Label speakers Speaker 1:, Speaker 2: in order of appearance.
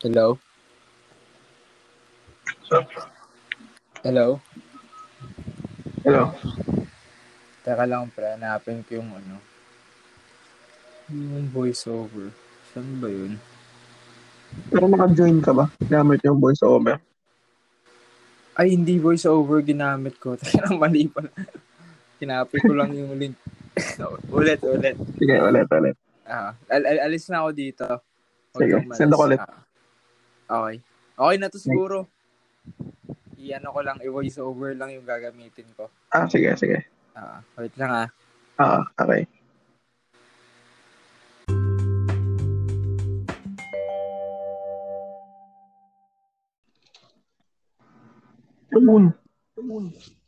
Speaker 1: Hello?
Speaker 2: So,
Speaker 1: Hello?
Speaker 2: hello.
Speaker 1: Teka lang, pre. Hanapin ko yung ano. Yung voiceover. Saan ba yun?
Speaker 2: Pero naka-join ka ba? Gamit yung voiceover.
Speaker 1: Ay, hindi voiceover ginamit ko. Teka lang, mali pala. Kinapit ko lang yung link. ulit, ulit.
Speaker 2: Sige, ulit, ulit.
Speaker 1: Ah, al- al- alis na ako dito. Huwag
Speaker 2: Sige,
Speaker 1: kang malis.
Speaker 2: send ako ulit.
Speaker 1: Ah, okay. Okay na to siguro. I-ano ko lang, i-voiceover lang yung gagamitin ko.
Speaker 2: Ah, sige, sige.
Speaker 1: Ah, wait lang ah.
Speaker 2: Ah, okay. Tumun. Tumun.